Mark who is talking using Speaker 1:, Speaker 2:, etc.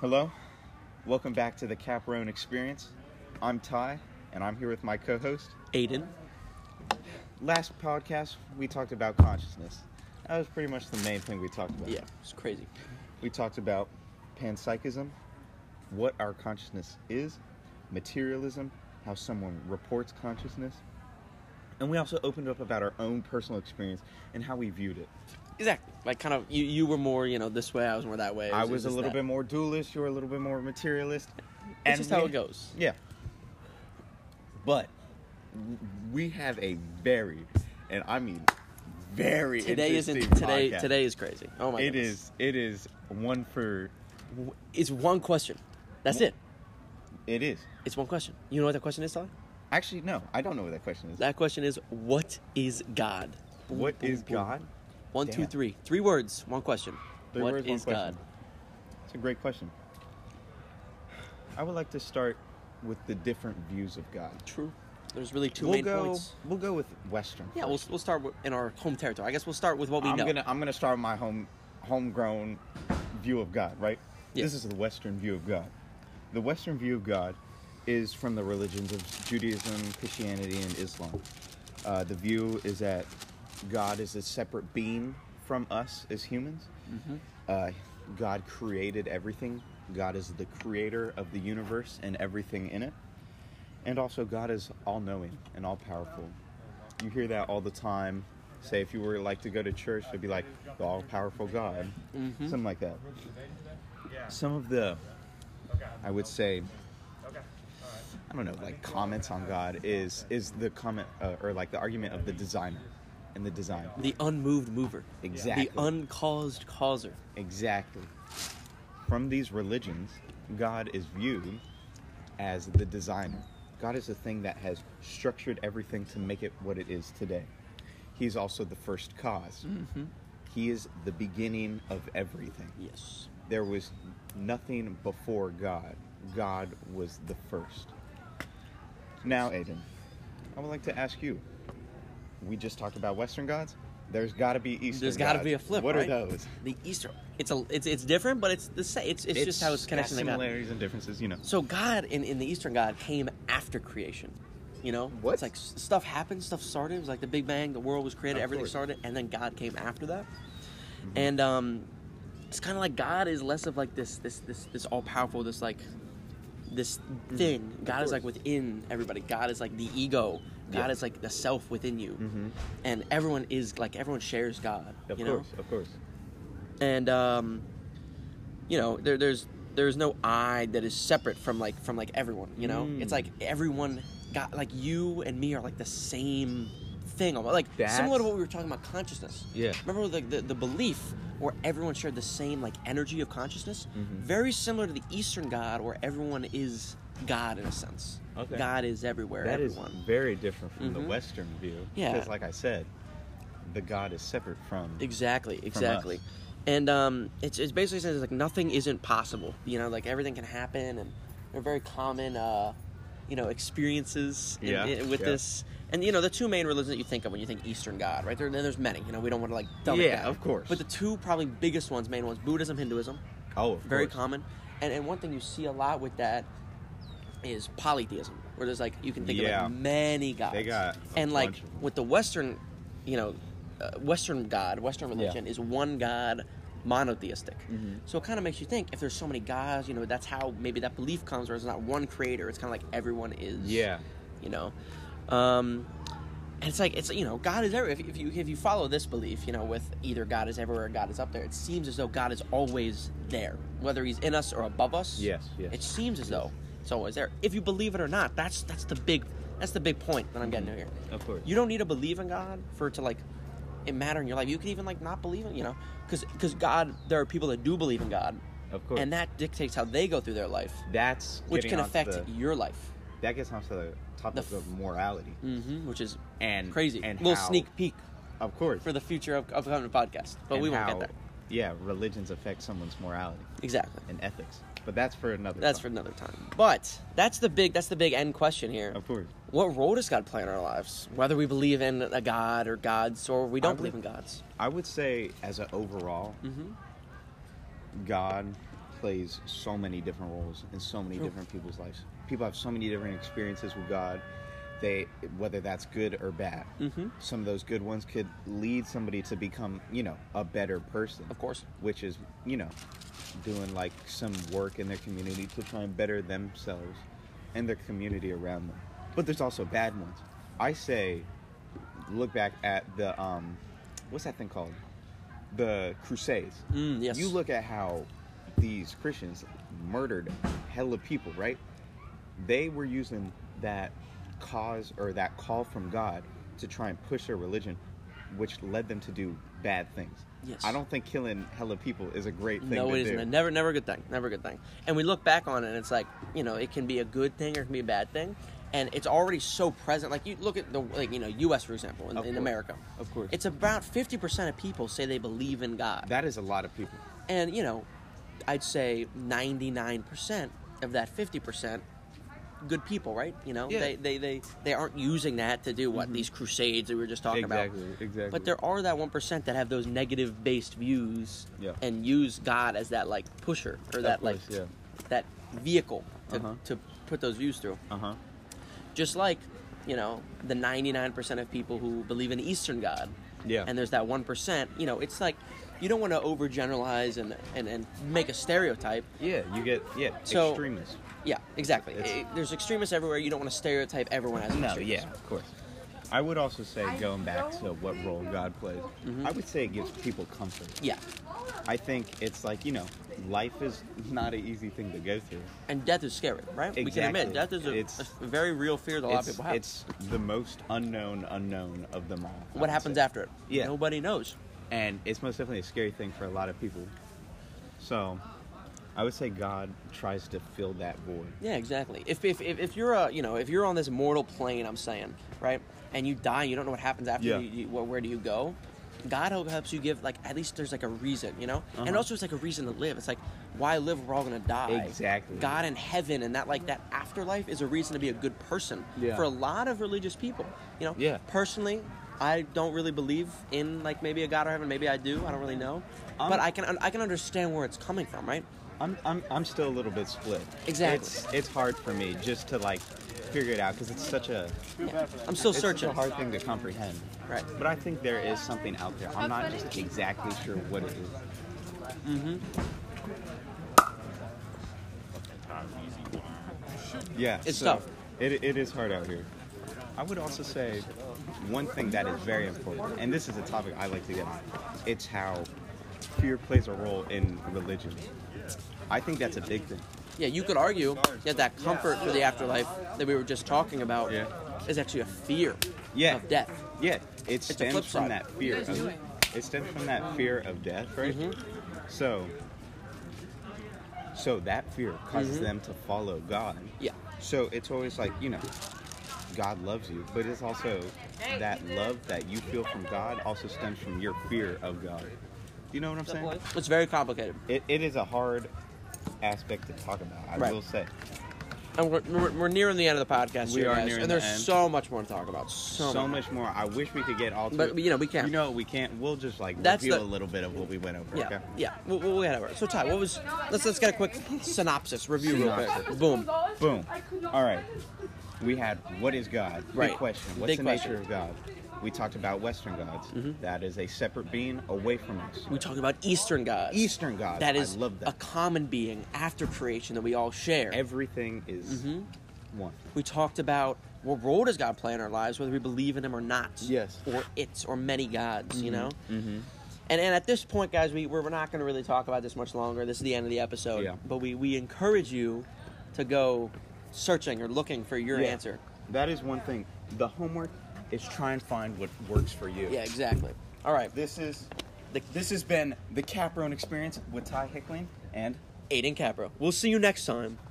Speaker 1: Hello, welcome back to the Caprone Experience. I'm Ty, and I'm here with my co host.
Speaker 2: Aiden.
Speaker 1: Last podcast, we talked about consciousness. That was pretty much the main thing we talked about.
Speaker 2: Yeah, it's crazy.
Speaker 1: We talked about panpsychism, what our consciousness is, materialism, how someone reports consciousness, and we also opened up about our own personal experience and how we viewed it.
Speaker 2: Exactly. Like kind of you, you were more, you know, this way, I was more that way. It
Speaker 1: I was
Speaker 2: just
Speaker 1: a little
Speaker 2: that.
Speaker 1: bit more dualist, you were a little bit more materialist.
Speaker 2: It's just how
Speaker 1: we-
Speaker 2: it goes.
Speaker 1: Yeah. But w- we have a very, and I mean very
Speaker 2: Today isn't
Speaker 1: interesting
Speaker 2: today
Speaker 1: podcast.
Speaker 2: today is crazy. Oh my
Speaker 1: It
Speaker 2: goodness.
Speaker 1: is. It is one for.
Speaker 2: W- It's one question. That's it.
Speaker 1: It is.
Speaker 2: It's one question. You know what that question is, Tyler?
Speaker 1: Actually, no. I don't know what that question is.
Speaker 2: That question is what is God? Boom,
Speaker 1: what
Speaker 2: boom,
Speaker 1: is
Speaker 2: boom.
Speaker 1: God?
Speaker 2: One, two, three.
Speaker 1: Damn.
Speaker 2: Three words, one question.
Speaker 1: Three
Speaker 2: What
Speaker 1: words, one
Speaker 2: is
Speaker 1: question.
Speaker 2: God?
Speaker 1: It's a great question. I would like to start with the different views of God.
Speaker 2: True. There's really 2
Speaker 1: we'll
Speaker 2: main
Speaker 1: go.
Speaker 2: points.
Speaker 1: We'll go with Western.
Speaker 2: Yeah, we'll, we'll start with, in our home territory. I guess we'll start with what we
Speaker 1: I'm
Speaker 2: know.
Speaker 1: gonna I'm gonna start with my home homegrown view of God, right?
Speaker 2: Yeah.
Speaker 1: This is the Western view of God. The Western view of God is from the religions of Judaism, Christianity, and Islam. Uh, the view is that God is a separate being from us as humans.
Speaker 2: Mm-hmm.
Speaker 1: Uh, God created everything. God is the creator of the universe and everything in it. And also, God is all knowing and all powerful. You hear that all the time. Say, if you were like to go to church, it'd be like the all powerful God, something like that. Some of the, I would say, I don't know, like comments on God is is the comment uh, or like the argument of the designer and the design.
Speaker 2: the unmoved mover.
Speaker 1: Exactly.
Speaker 2: The uncaused causer.
Speaker 1: Exactly. From these religions, God is viewed as the designer. God is the thing that has structured everything to make it what it is today. He's also the first because
Speaker 2: Mm-hmm.
Speaker 1: He is the beginning of everything.
Speaker 2: Yes.
Speaker 1: There was nothing before God. God was the first. Now, Aiden, I would like to ask you. We just talked about Western gods. There's got to be Eastern.
Speaker 2: There's got to
Speaker 1: gods.
Speaker 2: be a flip.
Speaker 1: What
Speaker 2: right?
Speaker 1: are those?
Speaker 2: The Easter. It's a. It's it's different, but it's the same. It's, it's, just how it's connected to
Speaker 1: got
Speaker 2: God.
Speaker 1: similarities and differences, you know.
Speaker 2: So God in, in the Eastern God came after creation. You know,
Speaker 1: What?
Speaker 2: it's like s- stuff happened, stuff started. It was like the Big Bang, the world was created,
Speaker 1: Of
Speaker 2: everything
Speaker 1: course. Mm-hmm.
Speaker 2: started, and then God came after that. And um, it's kind of like God is less of like this this this this all powerful, this like this thing. God is like
Speaker 1: Mm-hmm. course.
Speaker 2: within everybody. God is like the ego. God
Speaker 1: Yeah. Mm-hmm.
Speaker 2: is like the self within you, and everyone is like everyone shares God.
Speaker 1: Of
Speaker 2: you know?
Speaker 1: course, of course.
Speaker 2: and um, you know there, there's there's no I that is separate from like from like everyone. You know,
Speaker 1: Mm.
Speaker 2: it's like everyone got like you and me are like the same thing. almost. Like similar
Speaker 1: That's-
Speaker 2: to what we were talking about consciousness.
Speaker 1: Yeah.
Speaker 2: Remember the the, the belief where everyone shared the same like energy of consciousness.
Speaker 1: Mm-hmm.
Speaker 2: Very similar to the Eastern God, where everyone is God in a sense.
Speaker 1: Okay.
Speaker 2: God is everywhere.
Speaker 1: That is
Speaker 2: everyone.
Speaker 1: very different from the
Speaker 2: Mhm.
Speaker 1: Western view.
Speaker 2: Yeah.
Speaker 1: Because, like I said, the God is separate from.
Speaker 2: Exactly, exactly.
Speaker 1: us.
Speaker 2: And um, it's, it's basically says like nothing isn't possible. You know, like everything can happen, and they're very common, uh, you know, experiences in,
Speaker 1: Yeah,
Speaker 2: in- with
Speaker 1: yeah.
Speaker 2: this. And you know, the two main religions that you think of when you think Eastern God, right? There, and there's many. You know, we don't want to like dumb it
Speaker 1: Yeah,
Speaker 2: down.
Speaker 1: of course.
Speaker 2: But the two probably biggest ones, main ones, Buddhism, Hinduism,
Speaker 1: oh, of
Speaker 2: very
Speaker 1: course.
Speaker 2: common. And and one thing you see a lot with that is polytheism, where there's like you can think
Speaker 1: Yeah.
Speaker 2: of like many gods.
Speaker 1: They got a
Speaker 2: and like
Speaker 1: bunch of 'em.
Speaker 2: with the Western, you know, uh, Western God, Western religion is one God, monotheistic.
Speaker 1: Mm-hmm.
Speaker 2: So it kind of makes you think if there's so many gods, you know, that's how maybe that belief comes, where it's not one creator. It's kind of like everyone is.
Speaker 1: Yeah.
Speaker 2: You know, um, and it's like it's you know God is everywhere. If, if you if you follow this belief, you know, with either God is everywhere or God is up there, it seems as though God is always there, whether He's in us or above us.
Speaker 1: Yes, yes.
Speaker 2: It seems as though it's always there. If you believe it or not, that's that's the big that's the big point that I'm getting to here.
Speaker 1: Mm-hmm. Of course.
Speaker 2: You don't need to believe in God for it to like it matter in your life. You could even like not believe in you know because because God there are people that do believe in God,
Speaker 1: Of course.
Speaker 2: and that dictates how they go through their life,
Speaker 1: That's
Speaker 2: which
Speaker 1: getting
Speaker 2: can
Speaker 1: onto
Speaker 2: affect
Speaker 1: the-
Speaker 2: your life,
Speaker 1: That gets onto the topic
Speaker 2: f-
Speaker 1: of morality.
Speaker 2: mm-hmm. which is
Speaker 1: And
Speaker 2: crazy.
Speaker 1: and
Speaker 2: little
Speaker 1: how-
Speaker 2: sneak peek
Speaker 1: Of course.
Speaker 2: for the future of of the podcast, but we
Speaker 1: and
Speaker 2: won't
Speaker 1: how-
Speaker 2: get there
Speaker 1: Yeah, religions affect someone's morality
Speaker 2: exactly.
Speaker 1: and ethics, but that's for another.
Speaker 2: That's for
Speaker 1: time.
Speaker 2: another time. But that's the big that's the big end question here.
Speaker 1: Of course.
Speaker 2: What role does God play in our lives? Whether we believe in a God or gods, or we don't
Speaker 1: I would-
Speaker 2: believe in gods. Mm-hmm.
Speaker 1: I would say, as an overall, God plays so many different roles in so many
Speaker 2: True.
Speaker 1: different people's lives. People have so many different experiences with God. They whether that's good or bad.
Speaker 2: Mhm.
Speaker 1: Some of those good ones could lead somebody to become, you know, a better person.
Speaker 2: Of course.
Speaker 1: Which is, you know, doing like some work in their community to try and better themselves and their community around them. But there's also bad ones. I say look back at the um what's that thing called? The Crusades.
Speaker 2: Mm, yes.
Speaker 1: You look at how these Christians murdered hella people, right? They were using that cause or that call from God to try and push their religion, which led them to do bad things.
Speaker 2: Yes.
Speaker 1: I don't think killing hella people is a great thing.
Speaker 2: No,
Speaker 1: to
Speaker 2: it isn't.
Speaker 1: do.
Speaker 2: Never, never a good thing. Never a good thing. And we look back on it, and it's like you know, it can be a good thing or it can be a bad thing, and it's already so present. Like you look at the like you know, U.S. for example, in,
Speaker 1: Of
Speaker 2: in
Speaker 1: course.
Speaker 2: America,
Speaker 1: Of course.
Speaker 2: it's about fifty percent of people say they believe in God,
Speaker 1: That is a lot of people.
Speaker 2: and you know, I'd say ninety nine percent of that fifty percent. Good people, right? You know,
Speaker 1: Yeah. Mm-hmm.
Speaker 2: they, they they they aren't using that to do what these crusades that we were just talking about.
Speaker 1: Exactly, exactly.
Speaker 2: But there are that one percent that have those negative based views
Speaker 1: Yeah.
Speaker 2: and use God as that like pusher or that like
Speaker 1: course,
Speaker 2: that vehicle to,
Speaker 1: Uh-huh.
Speaker 2: to put those views through.
Speaker 1: Uh huh.
Speaker 2: Just like you know the ninety nine percent of people who believe in Eastern God.
Speaker 1: Yeah.
Speaker 2: And there's that one percent. You know, it's like you don't want to overgeneralize and, and and make a stereotype.
Speaker 1: Yeah, you get yeah
Speaker 2: So-
Speaker 1: extremists.
Speaker 2: Yeah, exactly.
Speaker 1: It's-
Speaker 2: Eh, there's extremists everywhere. You don't want to stereotype everyone as an
Speaker 1: No,
Speaker 2: extremist.
Speaker 1: yeah, of course. I would also say going back to what role God plays,
Speaker 2: Mm-hmm.
Speaker 1: I would say it gives people comfort.
Speaker 2: Yeah.
Speaker 1: I think it's like you know, life is not an easy thing to go through.
Speaker 2: And death is scary, right? We can admit
Speaker 1: Exactly.
Speaker 2: death is a,
Speaker 1: It's-
Speaker 2: a very real fear that a lot of
Speaker 1: it's,
Speaker 2: people have.
Speaker 1: it's the most unknown unknown of them all. I
Speaker 2: what
Speaker 1: would
Speaker 2: happens
Speaker 1: say.
Speaker 2: after it.
Speaker 1: Yeah.
Speaker 2: Nobody knows.
Speaker 1: And it's most definitely a scary thing for a lot of people. So, I would say God tries to fill that void.
Speaker 2: Yeah, exactly. If, if, if, if you're a you know if you're on this mortal plane, I'm saying right, and you die, you don't know what happens after.
Speaker 1: Yeah.
Speaker 2: You, you, where, where do you go? God hel- helps you give like at least there's like a reason, you know, and
Speaker 1: Uh-huh.
Speaker 2: also it's like a reason to live. It's like why live? We're all gonna die.
Speaker 1: Exactly.
Speaker 2: God in heaven and that like that afterlife is a reason to be a good person
Speaker 1: Yeah.
Speaker 2: for a lot of religious people. You know.
Speaker 1: Yeah.
Speaker 2: Personally, I don't really believe in like maybe a God or heaven. Maybe I do. I don't really know.
Speaker 1: I'm-
Speaker 2: but I can I can understand where it's coming from, right?
Speaker 1: I'm, I'm, I'm still a little bit split.
Speaker 2: Exactly.
Speaker 1: It's, it's hard for me just to like figure it out because it's such a
Speaker 2: Yeah. I'm still
Speaker 1: it's
Speaker 2: searching.
Speaker 1: such a hard thing to comprehend.
Speaker 2: Right.
Speaker 1: But I think there is something out there. I'm not just exactly sure what it is.
Speaker 2: Mm-hmm.
Speaker 1: Yeah.
Speaker 2: It's
Speaker 1: so
Speaker 2: tough.
Speaker 1: It, it is hard out here. I would also say one thing that is very important, and this is a topic I like to get on. It's how fear plays a role in religion. I think that's a big thing.
Speaker 2: Yeah, you could argue that that comfort for the afterlife that we were just talking about
Speaker 1: Yeah.
Speaker 2: is actually a fear
Speaker 1: Yeah.
Speaker 2: of death.
Speaker 1: Yeah, it
Speaker 2: the flip
Speaker 1: stems from
Speaker 2: side.
Speaker 1: that fear. Of, it stems from that fear of death, right?
Speaker 2: Mm-hmm.
Speaker 1: So, so that fear causes
Speaker 2: Mm-hmm.
Speaker 1: them to follow God.
Speaker 2: Yeah.
Speaker 1: So it's always like you know, God loves you, but it's also that love that you feel from God also stems from your fear of God. Do you know what I'm saying?
Speaker 2: It's very complicated.
Speaker 1: It, it is a hard aspect to talk about. I
Speaker 2: Right.
Speaker 1: will say.
Speaker 2: And we're, we're, we're nearing the end of the podcast
Speaker 1: We
Speaker 2: here,
Speaker 1: are
Speaker 2: guys,
Speaker 1: nearing
Speaker 2: and
Speaker 1: the
Speaker 2: there's
Speaker 1: end.
Speaker 2: so much more to talk about. So,
Speaker 1: So, much more. I wish we could get all. to
Speaker 2: But,
Speaker 1: it.
Speaker 2: you know, we can't.
Speaker 1: You know we can't. We'll just like
Speaker 2: That's
Speaker 1: reveal
Speaker 2: the-
Speaker 1: a little bit of what we went over.
Speaker 2: Yeah,
Speaker 1: okay?
Speaker 2: yeah. We'll, we'll get over it. So, Ty, what was? Let's let's get a quick synopsis review real quick.
Speaker 1: Synopsis.
Speaker 2: Boom.
Speaker 1: Boom. All right. We had what is God?
Speaker 2: Right.
Speaker 1: Big question. What's
Speaker 2: Big
Speaker 1: the
Speaker 2: question.
Speaker 1: nature
Speaker 2: Mm-hmm.
Speaker 1: of God? We talked about Western gods. That is a separate being away from us.
Speaker 2: We talked about Eastern gods.
Speaker 1: Eastern gods.
Speaker 2: That is
Speaker 1: I love
Speaker 2: a
Speaker 1: that.
Speaker 2: common being after creation that we all share.
Speaker 1: Everything is
Speaker 2: Mm-hmm.
Speaker 1: one.
Speaker 2: We talked about what role does God play in our lives, whether we believe in Him or not.
Speaker 1: Yes.
Speaker 2: Or it's or many gods, you know. Mm-hmm. And and at this point, guys, we we're not going to really talk about this much longer. This is the end of the episode.
Speaker 1: Yeah.
Speaker 2: But we we encourage you to go searching or looking for your
Speaker 1: Yeah.
Speaker 2: answer.
Speaker 1: That is one thing. The homework is try and find what works for you.
Speaker 2: Yeah, exactly. All right,
Speaker 1: This is
Speaker 2: The-
Speaker 1: this has been the Caprone experience with Ty Hickling and
Speaker 2: Aiden Capro. We'll see you next time.